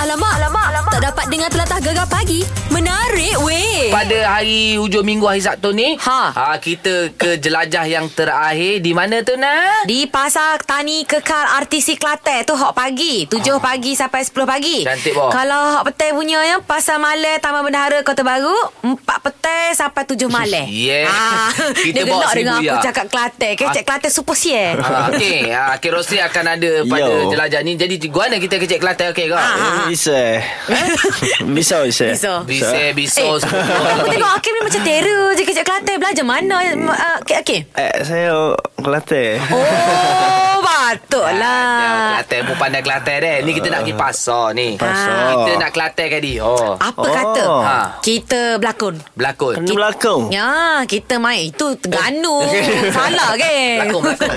Alamak, alamak, alamak. Tak dapat dengar telatah gegar pagi. Menarik weh. Pada hari hujung minggu hari Sabtu ni Ha. ha Kita ke jelajah yang terakhir Di mana tu nak? Di Pasar Tani Kekar RTC Kelate tu hok pagi. 7 oh. pagi sampai 10 pagi. Ah. Cantik, boh. Kalau hok petai punya ya, Pasar Malai Taman Bendahara Kota Baru, 4 petai sampai 7 Malai. Yeah. Ah, Kita dia gelak bawa dengan seribu, aku ya. cakap Kelate. Kecek Ah. Kelate super sial. Ha, okay, ha, okay Rosli akan ada pada Yo. jelajah ni Jadi guana kita kecek Kelantan okay kau? Ha, ha. Eh, Bisa Bisa Bisa Bisa. Ah. Bisa, bisa Eh, semua. aku tengok Hakim ni macam terror je kecek Kelate. Belajar mana? Uh, Hakim? Eh, saya Kelantan Oh, patutlah. Ya, Kelantan pun pandai Kelantan deh Ni kita nak pergi pasar ni Ha, Pasar. Kita nak Kelantan kan dia oh. Apa Oh. kata? Ha. Kita berlakon. Berlakon Kena belakang Ya, kita main itu Terengganu. Salah ke? Berlakon, berlakon.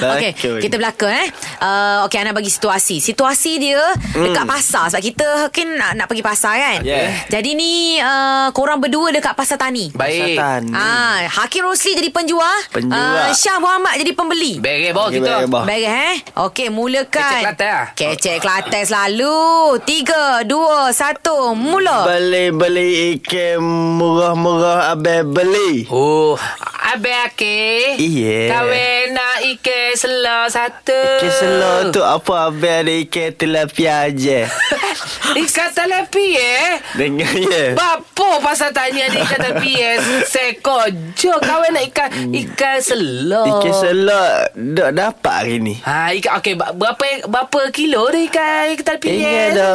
Okey, Berlakon. kita berlakon eh. Uh, okey, Ana bagi situasi. Situasi dia dekat pasar sebab kita kan nak, nak pergi pasar kan. Yeah. Jadi ni uh, korang berdua dekat pasar tani. Baik Satan Ah, Hakim Rosli jadi penjual, Penjual. Ah, Syah Muhammad jadi pembeli. Beres bawah Okey, eh, kita beres, bawah. Baik eh Okey Kecek mulakan Kelantan lah. Kecek Kelantan selalu Tiga Dua Satu Mula Beli-beli ikan murah-murah Abang beli Oh, abang ke? Iya. Kawin nak ikan selo satu. Ikan selok tu apa Abang ada ikan tilapia aja Ikan telepi eh. Dengar ya Bapo pasal tanya ni ikan telepi eh. Seko je kawin nak ikan ikan selo. Hmm. Ikan selok Tak dapat hari ni Ha, ikan okey ba- berapa berapa kilo dah ikan ikan telepi Ingat eh? dah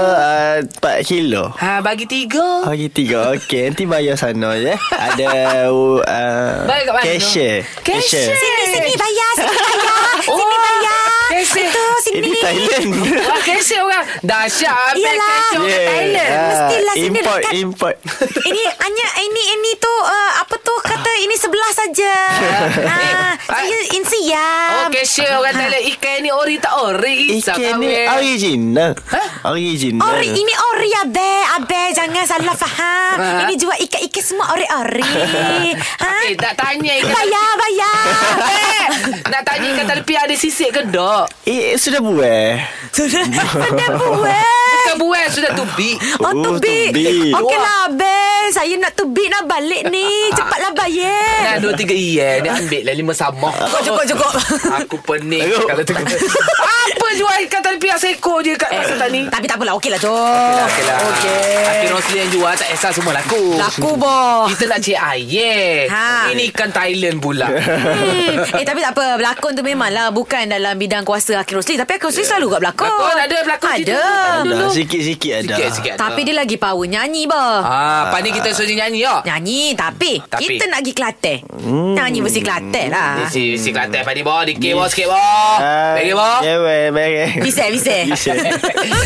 uh, 4 kilo Ha, bagi tiga. Hari tiga Okey Nanti bayar sana ya Ada uh, Bayar kat mana? Cashier Cashier. Sini sini bayar Sini bayar Oh, Sini bayar kesek. Itu Ini sini Thailand Wah, kesek orang. Dahsyat. abang Iyalah. Kesek orang Yeah. Thailand. Ah, Mestilah sini Import dekat- Import Ini hanya Ini ini tu uh, Apa tu kata Ini sebelah saja Ah, Saya Oh, insiam kesek Ha. orang Thailand. Ikan ni ori tak ori. eh. Isap Ikan Eh, ni kawin. original Hah? Original Ori ini ori abe abe jangan salah faham. Ah. Ini jual ikan-ikan semua ori-ori. ha? Eh, tak tanya ikan Bayar bayar. Eh, nak tanya kata tepi ada sisik ke tak? Eh sudah buat Sudah sudah buat. Bukan buai sudah tubi. Oh, Oh, tubik. tubik. Okeylah, Abel. Saya nak tubik nak balik ni. Cepatlah Nah, bayar. dua tiga iya. Dia ambil lah lima sama. cukup. Aku pening Teruk. kalau tengok. Apa jual ikan tepi seko je kat pasar tani? Tapi tak apalah, okeylah, Cok. Eh. Okeylah. Akhir Rosli yang jual tak kisah semua laku. Laku, boh. Kita nak cik air. Ha. Ini ikan Thailand pula. Hmm. Eh tapi tak apa Berlakon tu memanglah Bukan dalam bidang kuasa Akhil Rosli Tapi Akhil Rosli selalu kat berlakon Ya. Berlakon, ada berlakon situ. Ada Dah sikit-sikit ada Sikit-sikit. Tapi dia lagi power nyanyi bah Ah, pandai kita suruh dia nyanyi ya. Nyanyi tapi, Tapi. Kita nak pergi Kelantan hmm. Nyanyi versi Kelantan lah Si si Kelantan pandai boh, dikit boh, sikit boh. Ah, Bagi boh. Ya weh Bagi Bisa bisa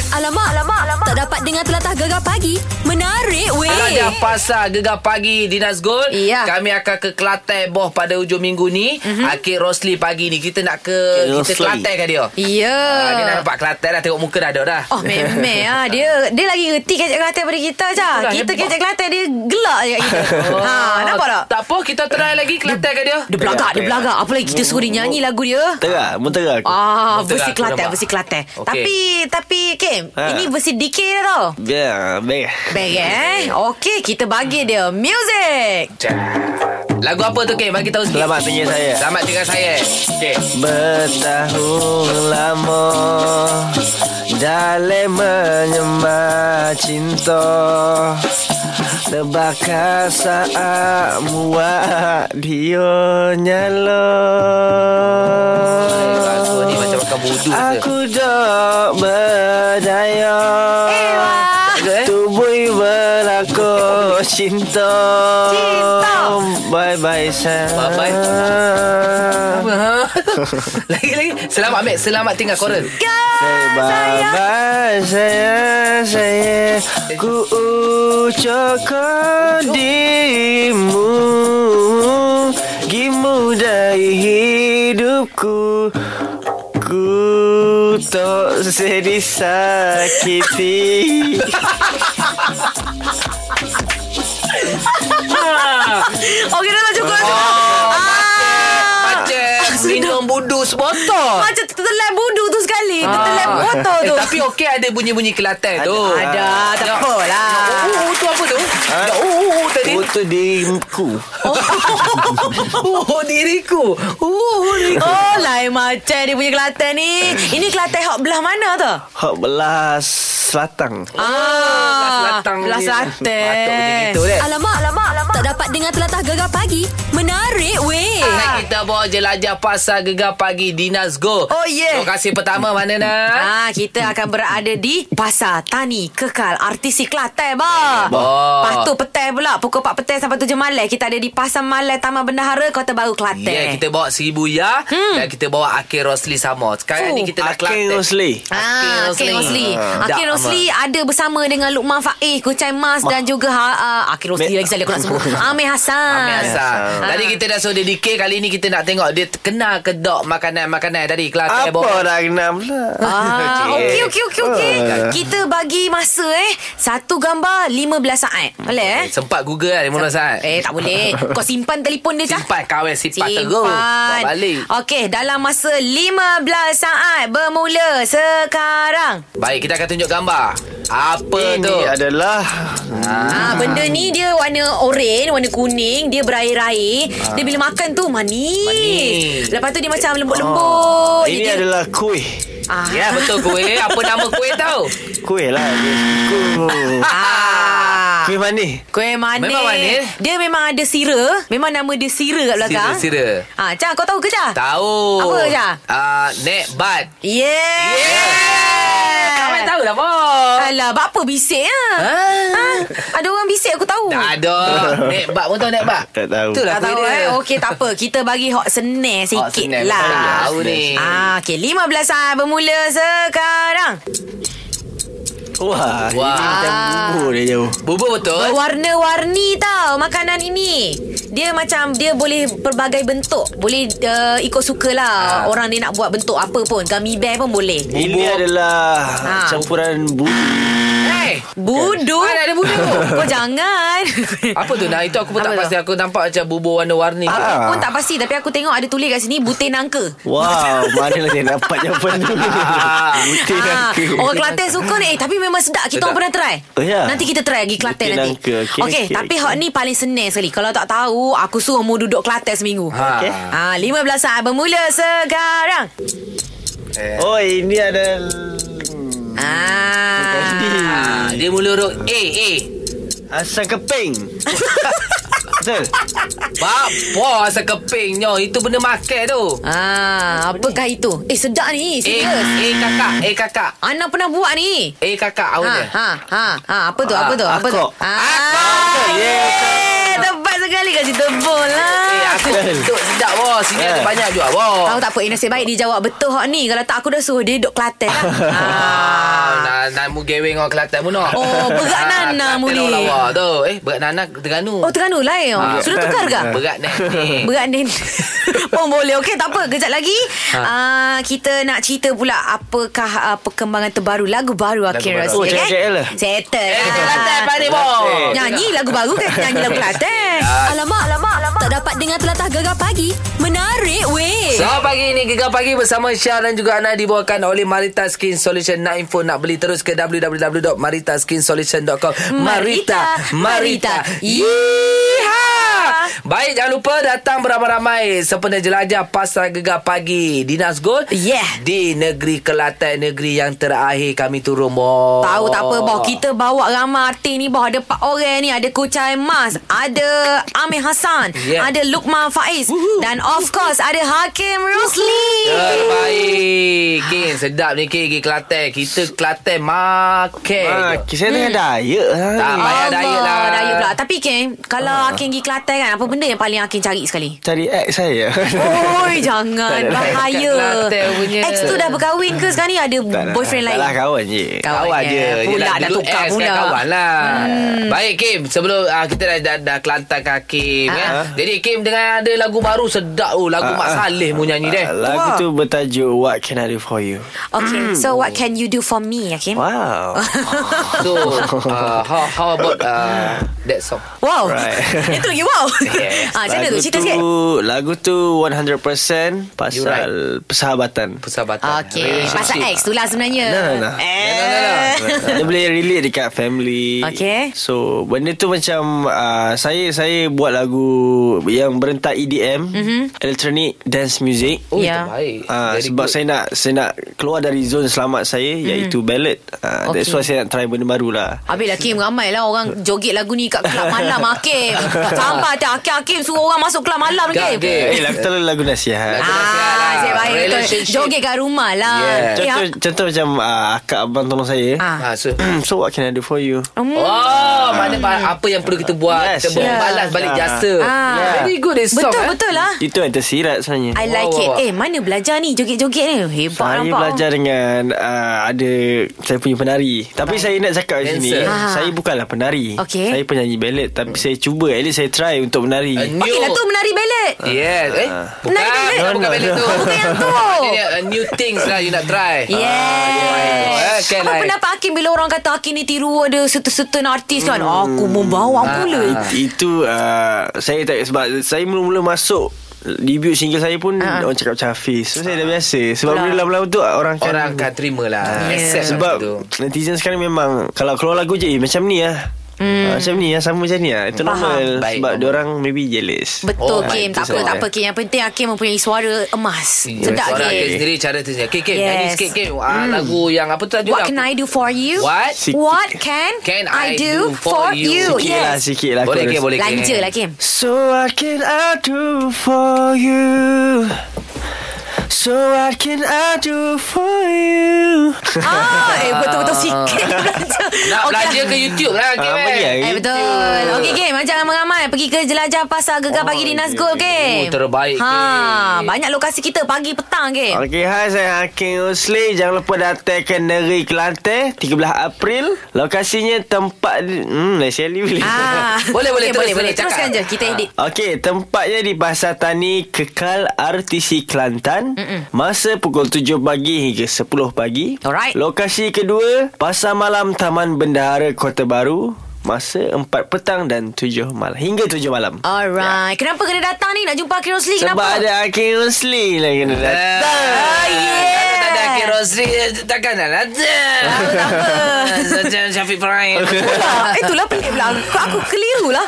alamak, alamak Alamak Tak dapat dengar telatah gegar pagi Menarik weh Raja Pasar Gegar Pagi di Nazgul Eh. Iya. Mhm. Kami akan ke Kelantan Boh pada hujung minggu ni mm-hmm. Akhir Rosli pagi ni Kita nak ke Ke Kita Rosli. Kelantan kan dia Ya Ah, Dia dah nampak Kelantan dah Tengok muka dah ada dah Oh memang ah dia dia lagi reti kecek Kelantan daripada kita je. Itulah, Kita dia- kecek Kelantan dia gelak je kat kita. ha, nampak tak? Oh. Tak apa kita try lagi Kelantan kan dia Dia belagak, dia Tengok. belagak. Apa lagi kita suruh dia nyanyi lagu dia? Terah Muntera aku Ah, Betul lah, versi aku Kelantan, nampak. versi Kelantan. Okey. Tapi tapi Kim, Ha. ini versi DK dia tau. Biar Bagi Baik eh? Okey, kita bagi dia music. Cek. Lagu apa tu Kim? Bagi tahu sikit Selamat tinggal saya. Selamat tinggal saya Okay Bertahun lama Dalam menyembah cinta Terbakar saat muak Dia nyala Lagu ni macam makan budu Aku tak berdaya Ewa. Tubuh berlaku cinta Cinta. Bye-bye sayang Bye-bye Lagi-lagi Selamat Mek Selamat tinggal koral Say bye bye sayang sayang Ku ucapkan dirimu Gimu dari hidupku Ku tak sedih sakiti Okey, dah lah, cukup. Oh cukup. Ah. Macam Minum budu sebotol Macam tertelan budu tu sekali Tertelan motor eh, tu Tapi okey ada bunyi-bunyi Kelantan tu Ada, tak Ya. apalah. Ya, Oh oh, tu apa tu Ya, Oh oh, oh tadi Oh tu diriku Oh oh, diriku Oh oh, diriku Oh lain macam dia punya Kelantan ni Ini Kelantan hok belah mana tu? Hak belah Selatang Ah, Selatan Belah ni. Patut bunyi Selatan gitu, dek. Alamak, alamak, alamak. Tak dapat dengar telatah gegar pagi. Menarik, weh. Nah, kita bawa jelajah pasar gegar pagi di Nazgo. Oh, yeah. Lokasi pertama mana nak? Ah, kita akan berada di Pasar Tani Kekal Artisi Kelantan ba. Bah. Patu petang pula pukul 4 petang sampai 7 malam kita ada di Pasar Malai Taman Bendahara Kota Baru Kelantan. Ya, yeah, kita bawa Seribu Ya hmm. dan kita bawa Akhil Rosli sama. Sekarang Fuh, ni kita dah Akhil Rosli Ah, Akhil Rosli. Akhil Dah, Rosli ada bersama dengan Lukman Faiz, Kucai Mas dan juga ha, uh, Akhil Rosli Me- lagi saya aku nak sebut. Amir Hassan. Amir Hassan. Hassan. Tadi kita dah suruh dia dikir. Kali ni kita nak tengok dia kenal ke dok makanan-makanan tadi. Kelantan Apa lah? bawa. dah kenal pula Ah, okey okey okey okey. Ah. Kita bagi masa eh. Satu gambar 15 saat. Boleh eh? Sempat Google lah 15 saat. Eh tak boleh Kau simpan telefon dia cah Simpan kawan simpan, simpan. terus. Bawa balik. Okey Dalam masa 15 saat Bermula sekarang Baik, kita akan tunjuk gambar. Apa Ini tu? adalah ah. Benda ni dia warna oren Warna kuning Dia berair-air Dia bila makan tu manis, Manis. Lepas tu dia macam lembut-lembut Oh, Ini dia, adalah kuih ah. Ya, betul kuih. Apa nama kuih tau? Kuih lah Kuih ah. Kuih manis Kuih manis. Memang manis. Dia memang ada sira. Memang nama dia sira kat belakang. Sira, sira. Ha, Cah, kau tahu ke Cah? Tahu. Apa, Jah? Ah, nek bat. Yeah. yeah. Kawan tahu lah, Bo. Alah, buat apa bisik ya? Ha? Ada orang bisik aku tahu. Tak ada. Nek bat pun tahu nek bat. Tak tahu. Itulah tak tahu eh. Okey, tak apa. Kita bagi hot senar sikit Hot senar, lah. betul. Tahu ni. Ah, okey, 15 saat bermula sekarang. Wah, lah. Wah. Wah. Ini macam bubur dia jauh Bubur betul. Berwarna-warni tau makanan ini. Dia macam dia boleh pelbagai bentuk. Boleh uh, ikut sukalah Ah. ha. orang dia nak buat bentuk apa pun. Gummy bear pun boleh. Ini adalah Ha. campuran bubur Hey. Budu. Mana ada budu? Kau jangan. Apa tu nah? Itu aku pun Apa tak tu? pasti. Aku nampak macam bubur warna-warni. Aku Ah. pun tak pasti tapi aku tengok ada tulis kat sini butir nangka. Wow, mana lah saya dapat jawapan tu Ha. Butir Ah, nangka orang Kelantan suka ni eh, Tapi memang sedap Kita Sedap. orang pernah try Oh, ya? Nanti kita try lagi Kelantan Butir nanti nangka. Okey, okay, okey, Tapi okey. hot ni paling senang sekali Kalau tak tahu Aku suruh mu duduk Kelantan seminggu Ha. Okey. Ah, 15 saat bermula sekarang Oh, ini ada Ah, Ah, dia mula eh. huruf A A. Asam keping Betul? Bapa asal kepingnya. Itu benda makan tu. ah Apakah itu Eh sedap ni A Serius A eh, kakak, A kakak. Ana pernah buat ni A Eh, kakak Ha, awalnya. ha, ha, ha, apa tu, apa tu, apa tu? akok. Ah, yeah, tepat sekali kasi tebul lah. Eh, aku duduk sedap bos. Sini Eh. ada banyak juga bos. Tahu tak apa eh, nasib baik dia jawab betul hak ni. Kalau tak aku dah suruh dia duduk Kelantan. Ah, ah. nah, nah, mu geweng orang Kelantan pun nak. Oh, berat Nana mu ni. Kelantan orang lawa tu. Eh, berat Nana Terengganu. Oh Terengganu lain. Ah. Oh. Sudah tukar ke? Berat ni. Eh. Berat ni Pun boleh Okey tak apa Kejap lagi ha. uh, Kita nak cerita pula Apakah uh, Perkembangan terbaru Lagu baru kan? Akhir baru. Rosli Oh, cakap KL lah. Settle Eh, lah. Kelantan pari bos. Nyanyi lagu baru kan Nyanyi lagu Kelantan Alamak, alamak, alamak. Tak dapat dengar telatah gegar pagi. Menarik, weh. So pagi ini Gegar Pagi bersama Syah dan juga Ana dibawakan oleh Marita Skin Solution. Nak info nak beli terus ke www.maritaskinsolution.com. Marita, Marita, Marita. Marita. Yeeha! Baik jangan lupa datang beramai-ramai sempena jelajah Pasar Gegar Pagi di Nazgul. Yeah. Di negeri Kelantan, negeri yang terakhir kami turun boh. Tahu tak apa boh Kita bawa ramai artis ni boh Ada Pak Oren ni Ada Kucai Mas Ada Amir Hassan Yeah. Ada Lukman Faiz Dan of course Ada Hakim Rosli Terbaik King sedap ni King Pergi Kelantan Kita Kelantan makan Ah, saya tengah diet lah Tak ni. payah daya Allah, lah Daya pula Tapi Kim Kalau Hakim pergi Kelantan kan Apa benda yang paling Hakim cari sekali Cari ex saya Oi jangan Tak ada lain. Bahaya Kat Kelantan punya. Ex tu dah berkahwin ke sekarang ni Ada Tak lah. boyfriend Tak lain lah kawan je Kawan Kawan je. je Pula Yelah, dah dulu tukar ex kan pula. Hmm. Kawan lah Baik Kim Sebelum ah, kita dah, dah, dah Kelantan ke Hakim kan? Ah. Jadi Kim dengan ada lagu baru Sedap oh Lagu Mak Saleh mu nyanyi deh Ah, Lagu tu bertajuk What Can I Do For You Okay so what can you do for me Hakim Wow Ah, So uh, how, how ah, about uh, That song Wow Right. Itu lagi wow Yes. Ah, macam mana tu? Lagu Cerita sikit. Lagu tu 100% pasal right. persahabatan. Persahabatan. Okay. Relationship. Pasal ex tu lah sebenarnya. Nah, nah, nah. Eh. Nah, nah, nah, nah. Dia boleh relate dekat family Okay. So benda tu macam uh, Saya saya buat lagu Yang berentak EDM Mhm. mm-hmm. Electronic Dance Music Oh, Ya. terbaik. Ah, Very sebab good. saya nak saya nak keluar dari zon selamat saya mm. iaitu ballad. Ah, okay. That's Mhm. Okay. why saya nak try benda baru lah. Habis lah Kim ramai lah orang joget lagu ni kat kelab malam Hakim. Sampai tak Hakim, Hakim suruh orang masuk kelab malam Tak, Hakim. Kim. Eh, lagu tu lah lagu nasihat. Lagu- nasihat lah. Ah, saya baik betul. Relationship. Joget kat rumah lah. Yeah. Eh, Contoh, contoh macam ah, akak abang tolong saya. Ah. Ah, so, Hmm, so what can I do for you? Hmm. Oh, mana pa- apa yang perlu kita buat? Yes, kita yes. balas balik Ah. jasa. Ah. Very good this song. Betul eh. betul lah. Itu yang tersirat sebenarnya. I Wah, like wah, it. wah. Eh, mana belajar ni joget-joget ni? Hebat Saya nampak. belajar dengan uh, ada saya punya penari. Tapi saya nak cakap di sini, Dancer. Ah. saya bukanlah penari. Okey. Saya penyanyi ballet tapi saya cuba at least saya try untuk menari. A new. Okey lah tu menari ballet. Ah. Yes. Eh, bukan. Naik balik. bukan No, no, balik no. tu. Bukan yang tu. Ini a new things lah you nak try. Yes. Okay, Apa like- pendapat Hakim bila orang kata Hakim ni tiru ada certain-certain artis kan? Hmm. Aku membawa Ah, pula. It- Ah. Itu uh, saya tak sebab saya mula-mula masuk debut single saya pun Ah. orang cakap macam Hafiz. So saya dah biasa sebab Itulah. bila lama-lama tu orang akan Ah. Orang akan terima lah. Yeah. Accept lah sebab tu. netizen sekarang memang kalau keluar lagu je eh, macam ni lah. Hmm. macam ni lah Sama macam ni lah Itu Faham. normal Baik, Sebab normal. diorang maybe jealous Betul Oh, Kim baik, Tak itu apa saja. tak apa Kim Yang penting Hakim mempunyai suara emas Sedap Orang akan Kim sendiri cara tu. Okay, Kim. Nyanyi Yes. Hmm. sikit, Kim. Ah, Lagu yang apa tu tajuk? What can I do for you? What? What can, Can I, do, for you? Sikit lah Yes Sikit lah Boleh, chorus. Kim. Boleh, Kim. Lanja lah Kim So what can I do for you? So what can I do for you? Ah, eh betul-betul sikit belajar. Nak Okey. belajar ke YouTube lah, Kim. Ah, eh. pergi lah. Eh betul Okey Kim Ajak ramai-ramai Pergi ke jelajah pasar Gegar pagi di Nazgul Kim Oh, terbaik, ha, Kim. Banyak lokasi kita Pagi petang Kim Okey, hai saya Hakim Usli. Jangan lupa datang ke Negeri Kelantan 13 April. Lokasinya tempat hmm lain sekali boleh. Ah. Okey, Boleh, boleh, terus, boleh, boleh. boleh cakap. Ya. Teruskan je Kita edit Okey, tempatnya di Pasar Tani Kekal RTC Kelantan. Mm-mm. Masa pukul 7 pagi hingga 10 pagi. Alright. Lokasi kedua, Pasar Malam Taman Bendahara Kota Baru. Masa 4 petang dan 7 malam. Hingga 7 malam. Alright Kenapa kena datang ni Nak jumpa Hakim Rosli Sebab Kenapa ada Hakim Usli lah kena datang. Ah, yeah. Tak ada Akhil Rosli eh, Takkan nak datang tak apa. Macam Syafiq Farain Pula. Eh, Itulah pelik pula Aku, aku keliru lah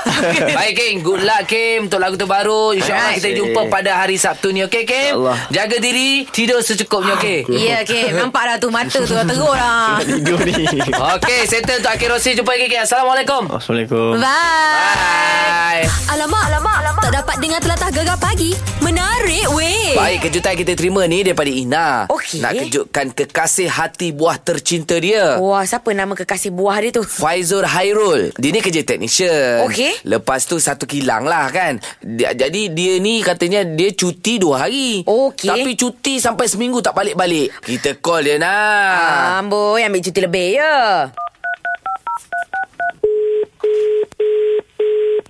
Baik Kim Good luck Kim Untuk lagu terbaru InsyaAllah kita Alright. jumpa pada hari Sabtu ni Okay Kim InsyaAllah. Jaga diri Tidur secukupnya Okay Ya Kim Nampak dah tu mata tu dah Teruk lah Tidur ni. Ah, Okay settle untuk Akhil Rosli Jumpa lagi Kim Assalamualaikum Assalamualaikum. Bye Bye Alamak, alamak, alamak. Tak dapat dengar telatah gegar pagi. Menarik weh. Baik, kejutan kita terima ni daripada Ina. Okey. Nak kejutkan kekasih hati buah tercinta dia. Wah Oh, siapa nama kekasih buah dia tu Faizul Hairul Dia ni kerja technician Okey. Lepas tu satu kilang lah kan dia, Jadi dia ni katanya Dia cuti dua hari Okey. Tapi cuti sampai seminggu tak balik-balik Kita call dia Ah. nak Amboi ambil cuti lebih ya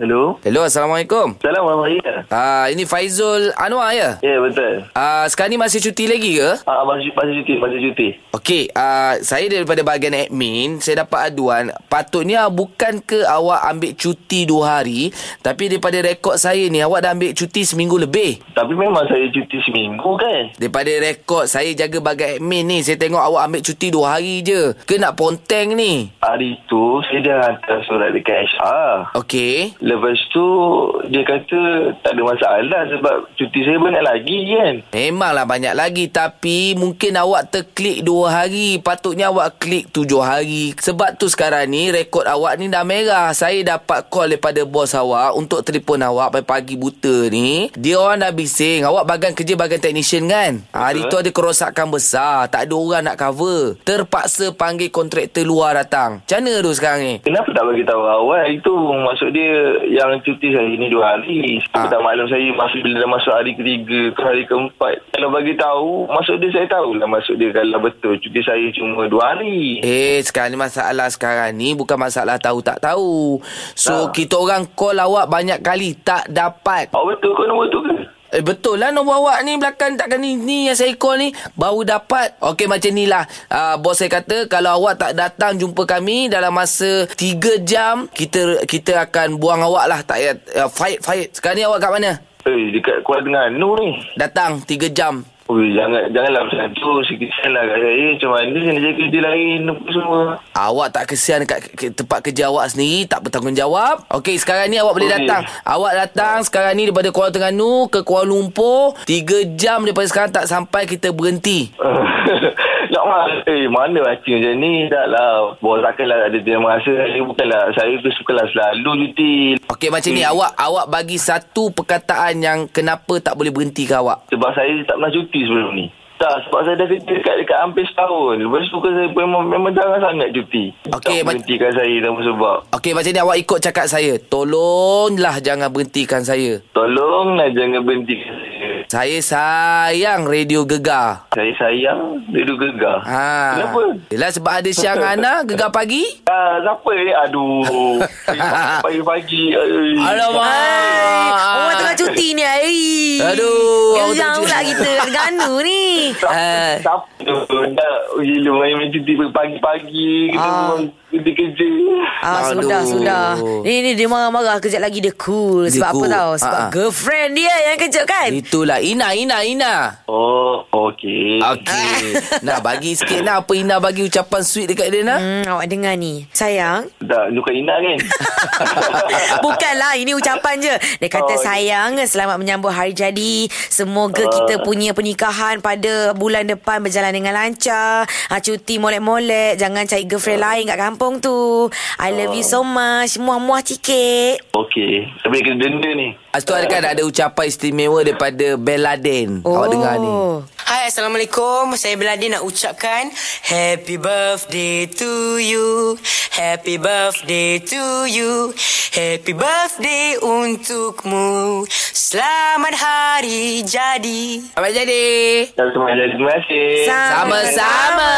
Hello. Hello Assalamualaikum Salam Abang Maria. Ah, Ini Faizul Anwar ya Ya, yeah, betul. Ah, Sekarang ni masih cuti lagi ke? Ah, abang cu- masih cuti, masih cuti. Okey, uh, saya daripada bahagian admin, saya dapat aduan, patutnya bukan ke awak ambil cuti dua hari, tapi daripada rekod saya ni, awak dah ambil cuti seminggu lebih. Tapi memang saya cuti seminggu kan? Daripada rekod saya jaga bagai admin ni Saya tengok awak ambil cuti dua hari je Ke nak ponteng ni Hari tu, saya dah hantar surat dekat HR. Okey Lepas tu, dia kata tak ada masalah sebab cuti saya banyak lagi kan? Memanglah banyak lagi Tapi mungkin awak terklik dua hari Patutnya awak klik tujuh hari Sebab tu sekarang ni rekod awak ni dah merah Saya dapat call daripada bos awak Untuk telefon awak pagi-pagi buta ni Dia orang dah bising Awak bagan kerja bagan technician kan Hari tu ada kerosakan besar Tak ada orang nak cover Terpaksa panggil kontraktor luar datang Macam mana tu sekarang ni? Kenapa tak bagi tahu awal? Itu maksud dia yang cuti saya ni dua hari. Sebab Ah. tak maklum saya masuk bila dah masuk hari ketiga ke hari keempat. Kalau bagi tahu, maksud dia saya tahulah maksud dia kalau betul cuti saya cuma dua hari. Eh, sekarang ni masalah sekarang ni bukan masalah tahu tak tahu. So, Tak. kita orang call awak banyak kali tak dapat. Awak betul kau nombor tu ke? Eh betul lah nombor awak ni belakang takkan ni ni yang saya call ni baru dapat. Okey macam ni lah. Uh, bos saya kata kalau awak tak datang jumpa kami dalam masa 3 jam kita kita akan buang awak lah tak payah uh, fight fight. Sekarang ni awak kat mana? Eh, dekat Kuala Terengganu ni. Datang 3 jam. Ui, jangan, janganlah macam tu. Sikit-sikit lah kat saya. Macam mana saya nak cari kerja lain apa semua. Ah, Awak tak kesian dekat ke, ke- tempat kerja awak sendiri Tak bertanggungjawab Okey sekarang ni awak boleh Boleh. datang Awak datang sekarang ni daripada Kuala Terengganu Ke Kuala Lumpur 3 jam daripada sekarang tak sampai kita berhenti Nak mah, eh mana macam macam ni tak lah. Bos takkanlah ada terima kasih. Saya bukanlah, saya tu sukalah selalu cuti. Okey macam ni awak awak bagi satu perkataan yang kenapa tak boleh berhenti ke awak Sebab saya tak pernah cuti sebelum ni. Tak, sebab saya dah kerja dekat, dekat hampir setahun. Lepas tu kan saya memang, memang jarang sangat cuti. Okey, tak ma- berhentikan saya tanpa sebab. Okey macam ni awak ikut cakap saya Tolonglah jangan berhentikan saya Tolonglah lah jangan berhentikan saya. Saya sayang radio gegar Saya sayang, dia duduk gegar. ha. Kenapa? Yelah sebab ada siang Ana gegar pagi Ah, siapa ni? Aduh. Pagi-pagi. aduh. Ah. Alamak Hai, Orang tengah cuti ni Ai. Aduh, orang Geram tengah pula cuti. kita Ganu ni Ah. Siapa tu? Nak gila main main cuti pagi-pagi. Kita Ah. memang kerja-kerja. Ah, Aduh. sudah, sudah. Ni, ni dia marah-marah. Kejap lagi dia cool. Dia Sebab apa cool. tau? Sebab Ah, ah. girlfriend dia yang kejut kan? Itulah Ina Ina Ina Oh, okey. Ah. Okey Nak bagi sikit nak Apa Ina bagi ucapan sweet dekat dia nak Hmm, awak dengar ni. Sayang. Tak, suka Ina kan? Bukanlah Ini ucapan je Dia kata Oh, ya. sayang Selamat menyambut hari jadi Semoga kita punya pernikahan Pada bulan depan Berjalan dengan lancar ha, Cuti molek-molek Jangan cari girlfriend lain Kat kampung tu I love you so much Muah-muah sikit okey. Tapi kena denda ni. Lepas tu ada kan ada ucapan istimewa daripada Beladen Awak dengar ni Oh. Hai, Assalamualaikum. Saya Beladi nak ucapkan Happy birthday to you. Happy birthday to you. Happy birthday untukmu. Selamat hari jadi. Apa jadi? Terima kasih. Terima kasih. Sama-sama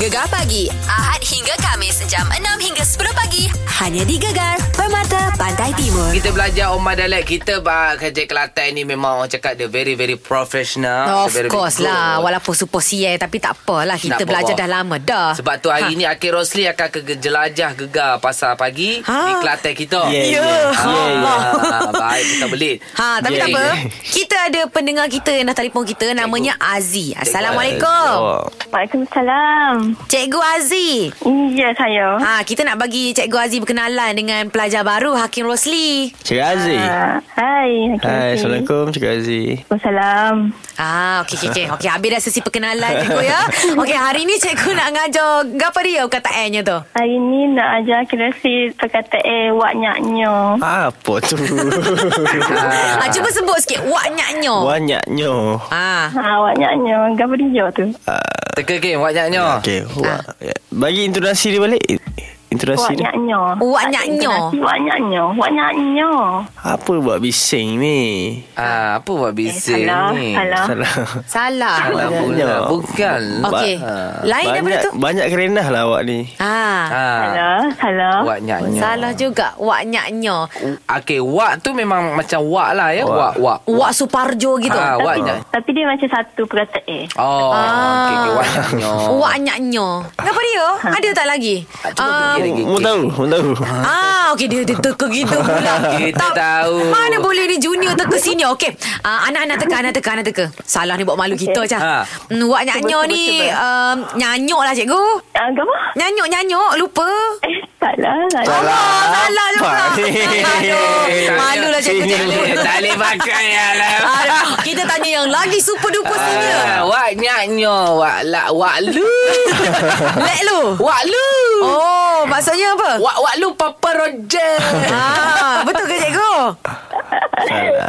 Gegar pagi Ahad hingga Kamis Jam 6 hingga 10 pagi Hanya di Gegar Permata Pantai Timur Kita belajar Omar Dalek Kita bah, kerja Kelantan ni Memang orang cakap Dia very very professional Of Dia very, very course good. lah Walaupun super siye Tapi tak apalah Kita Nak belajar bawa. dah lama dah Sebab tu Ha. hari ni Akhir Rosli akan ke ke jelajah gegar pasar pagi di Ha. Kelantan kita. Yeah, Ya. yeah. Yeah, yeah. Ha, baik kita belit. Ha, tapi tak apa. Kita ada pendengar kita yang dah telefon kita namanya Aziz. Assalamualaikum. Oh. Waalaikumsalam. Cikgu Aziz. Ya, saya. Ha, kita nak bagi Cikgu Aziz berkenalan dengan pelajar baru Hakim Rosli. Cik Aziz. Ah, Hai. Hakim Hai, Aziz. Assalamualaikum Cik Aziz. Waalaikumsalam. Ah, okey okey okey. Okey, habis dah sesi perkenalan cikgu ya. Okey, hari ni cikgu nak ngajar apa dia perkataannya tu? Hari ni nak ajar kirasi perkataan eh, waknyaknya. Apa tu? Ha, cuba sebut sikit waknyanyo. Banyaknya. Ha. Ha, waknyaknya. Gapa dia tu? Eh, Ah, Teka ke banyaknya. Okey, Ah. wak. ya. Bagi intonasi dia balik. Intonasi dia. Waknyaknya. Waknyaknya. Waknyaknya. Waknyaknya. Apa buat bising ni? Ah, apa buat Eh, bising salah. Ah. ni? Salah. Salah. Salah. Salah pula. Banyak. Bukan. Okey. Lain daripada Banyak tu. banyak kerenah lah awak ni. Ha. Ha. Salah. Salah. Wak nyanyo. Salah juga waknyanyo. Okey, wak tu memang macam wak lah ya. Wak, wak. Wak Suparjo gitu. Ah. Ah, wak Tapi, nyanyo. tapi dia macam satu perkataan. eh. Oh, okey, okey, wak nyanyo. Wak nyanyo. Kenapa dia? Ada tak lagi? Ah, Okey, okey, Mu okey. tahu, mu tahu. Ah, okey dia dia teka gitu pula. Kita tahu. Mana boleh ni junior teka senior. Okey. Ah, anak-anak teka, anak teka, anak teka. Salah ni buat malu kita okay. Cah. Ha. Hmm, wak nyanyo Cuba, cuba, ni cuba. um, nyanyok lah cikgu. Ah, Gapa? Nyanyok, nyanyok. Lupa. Eh, salah. Salah. lah. Oh, salah je pula. Apa ni? Aduh, malu lah cikgu. Eh, Tak cikgu. boleh- Tak boleh pakai lah. Aduh, kita tanya yang lagi super duper senior. Ah, Wak nyanyo, wak la, wak lu. Lek lu. Wak lu. Oh, maksudnya apa? Wak wak lu Papa Roger. Ah, betul ke cikgu?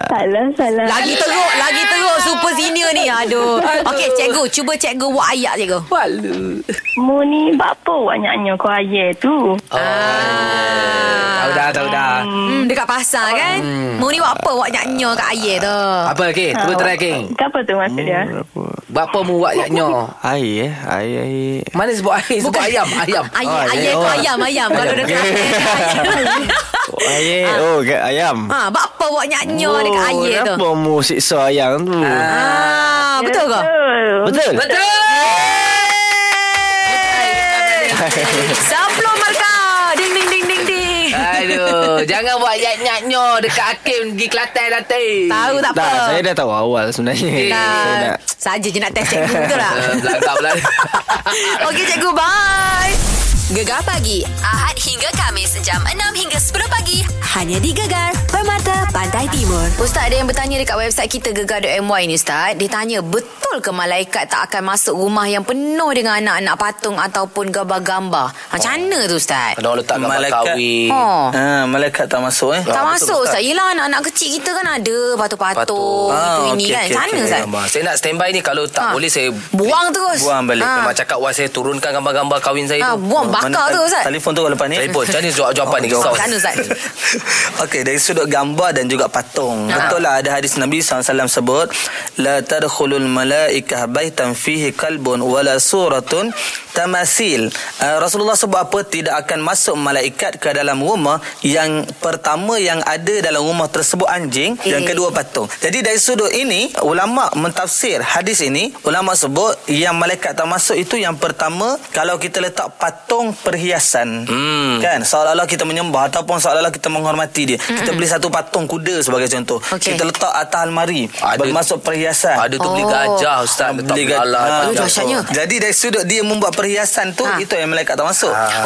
Salah. Salah. Lagi teruk Lagi teruk Super senior ni Aduh Okey cikgu Cuba cikgu buat ayat cikgu Wak lu. Mu ni bakpo waknyaknya kau ayah tu. Oh. Ah. Tahu dah, tahu dah. Hmm, dekat pasar kan hmm. Mu ni buat apa Buat nyanyo kat ayat tu Apa okey? Ah. Cuba try king. Hmm. Gapa Ah, tu maksud Ya. dia? Berapa mu wak yaknyo? Air eh, air air. Mana sebut Ah, air? Sebut ayam, ayam. Ayat, Oh, ayat ayat. tu Oh. ayam, ayam Kalau dekat ayat Ayam. Oh, kat ayam. Ha, bapa awak nyanyo oh, dekat Oh, air tu. Kenapa mu siksa ayam tu? Ah, betul ke? Betul? Betul. Sablon markah. Ding ding ding ding ding. Aduh, jangan buat yat-yatnya dekat Hakim pergi Kelantan nanti. Tahu tak apa. Tak, saya dah tahu awal sebenarnya. Saya Dah. nak- Saja je nak test cikgu lah. betul tak? Eh, Belagak pula. Okey cikgu, bye. Gegar pagi Ahad hingga Kamis Jam 6 hingga 10 pagi Hanya di Gegar Permata Pantai Timur Ustaz ada yang bertanya dekat website kita gegar.my ni Ustaz. Dia tanya betul ke malaikat tak akan masuk rumah yang penuh dengan anak-anak patung ataupun gambar-gambar? Macam mana tu Ustaz? Kena orang letak gambar Malaikat. kahwin. Oh. Ha, malaikat tak masuk eh. Tak betul, masuk Ustaz. Yelah anak-anak kecil kita kan ada patung-patung Patung. itu Ah, ini okey, kan. okey, Macam mana okey, Ustaz? Gambar. Saya nak standby ni kalau tak Ha. boleh saya Buang terus. Buang balik. Ha. Memang cakap wah saya turunkan gambar-gambar kahwin saya Ha, tu. buang bakar Mana- tu Ustaz. Telefon tu lepas ni. Telefon macam ni jawab jawapan ni kisah. Kat Ha, mana Ustaz? Okey, dari sudut gambar dan juga patung. Ya. Ha. Betul lah ada hadis Nabi SAW sebut, La tadkhulul malaikah baitan fihi kalbun wala suratun tamasil. Uh, Rasulullah sebut apa? Tidak akan masuk malaikat ke dalam rumah yang pertama yang ada dalam rumah tersebut anjing, eh. yang kedua patung. Jadi dari sudut ini, ulama mentafsir hadis ini, ulama sebut yang malaikat tak masuk itu yang pertama kalau kita letak patung perhiasan. Hmm. Kan seolah-olah kita menyembah ataupun seolah-olah kita menghormati dia. Mm-mm. Kita beli satu patung kuda sebagai contoh. Okey. Kita letak atas almari Ada- bermasuk perhiasan. Ada tu beli Oh. gajah ustaz letak Beli beli gajah. gajah. Ha. Aduh, dahsyatnya. Ah, Jadi dari sudut dia membuat perhiasan tu Ha. itu yang malaikat tak masuk. Ah. Ha.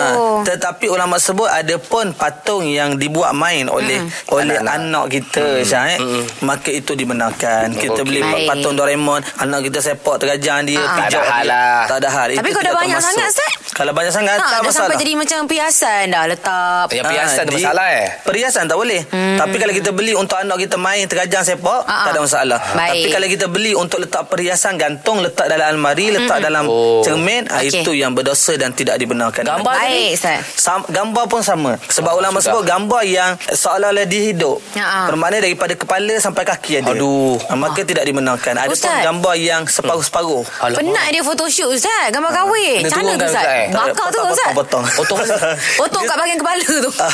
Oh. tetapi ulama sebut ada pun patung yang dibuat main oleh mm. oleh anak, anak kita mm. Syah eh. Mm. Maka itu dibenarkan. Kita okay. beli Baik. patung Doraemon, anak kita sepak terajang dia, Ha. Tak ada pijak dia. hal lah. Tak ada hal. Tapi kalau Itu dah tidak banyak termasuk. sangat, Ustaz? Kalau banyak sangat Ha, tak dah masalah. sampai jadi macam piasan dah letak. Yang perhiasan tu di- masalah eh. Ah, Perhiasan tak boleh. Hmm. Tapi kalau kita beli untuk anak kita main terajang sepak, Ah, tak ada ah. masalah. Baik. Tapi kalau kita beli untuk letak perhiasan gantung, letak dalam almari, letak dalam Oh. cermin, ah, Hmm. Okey. itu yang berdosa dan tidak dibenarkan. Gambar Baik Ustaz. Sam, gambar pun sama Sebab ulama sudah. sebut Gambar yang Seolah-olah dia hidup Ya, ah. Bermakna daripada kepala Sampai kaki ada Aduh. Ah, Maka tidak dibenarkan Ada pun Ustaz. gambar yang Separuh-separuh Penat dia photoshoot Ustaz. Gambar kahwin. Ah, Kena Macam mana turunkan, tu Ustaz? Ustaz, eh? Bakar tu Ustaz. Potong Potong. Potong kat bahagian kepala tu. Ah.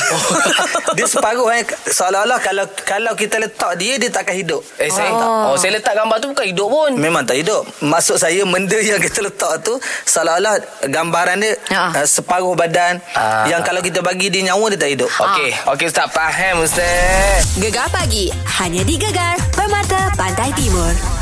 dia separuh eh seolah-olah kalau kalau kita letak dia dia takkan hidup. Eh saya Ah. oh. oh saya letak gambar tu bukan hidup pun. Memang tak hidup. Maksud saya benda yang kita letak tu seolah-olah gambaran dia Ya. uh, separuh badan Ah. yang kalau kita bagi dia nyawa dia tak hidup. Ah. Okey, okey ustaz faham ustaz. Gegar pagi Hanya di Gegar Permata Pantai Timur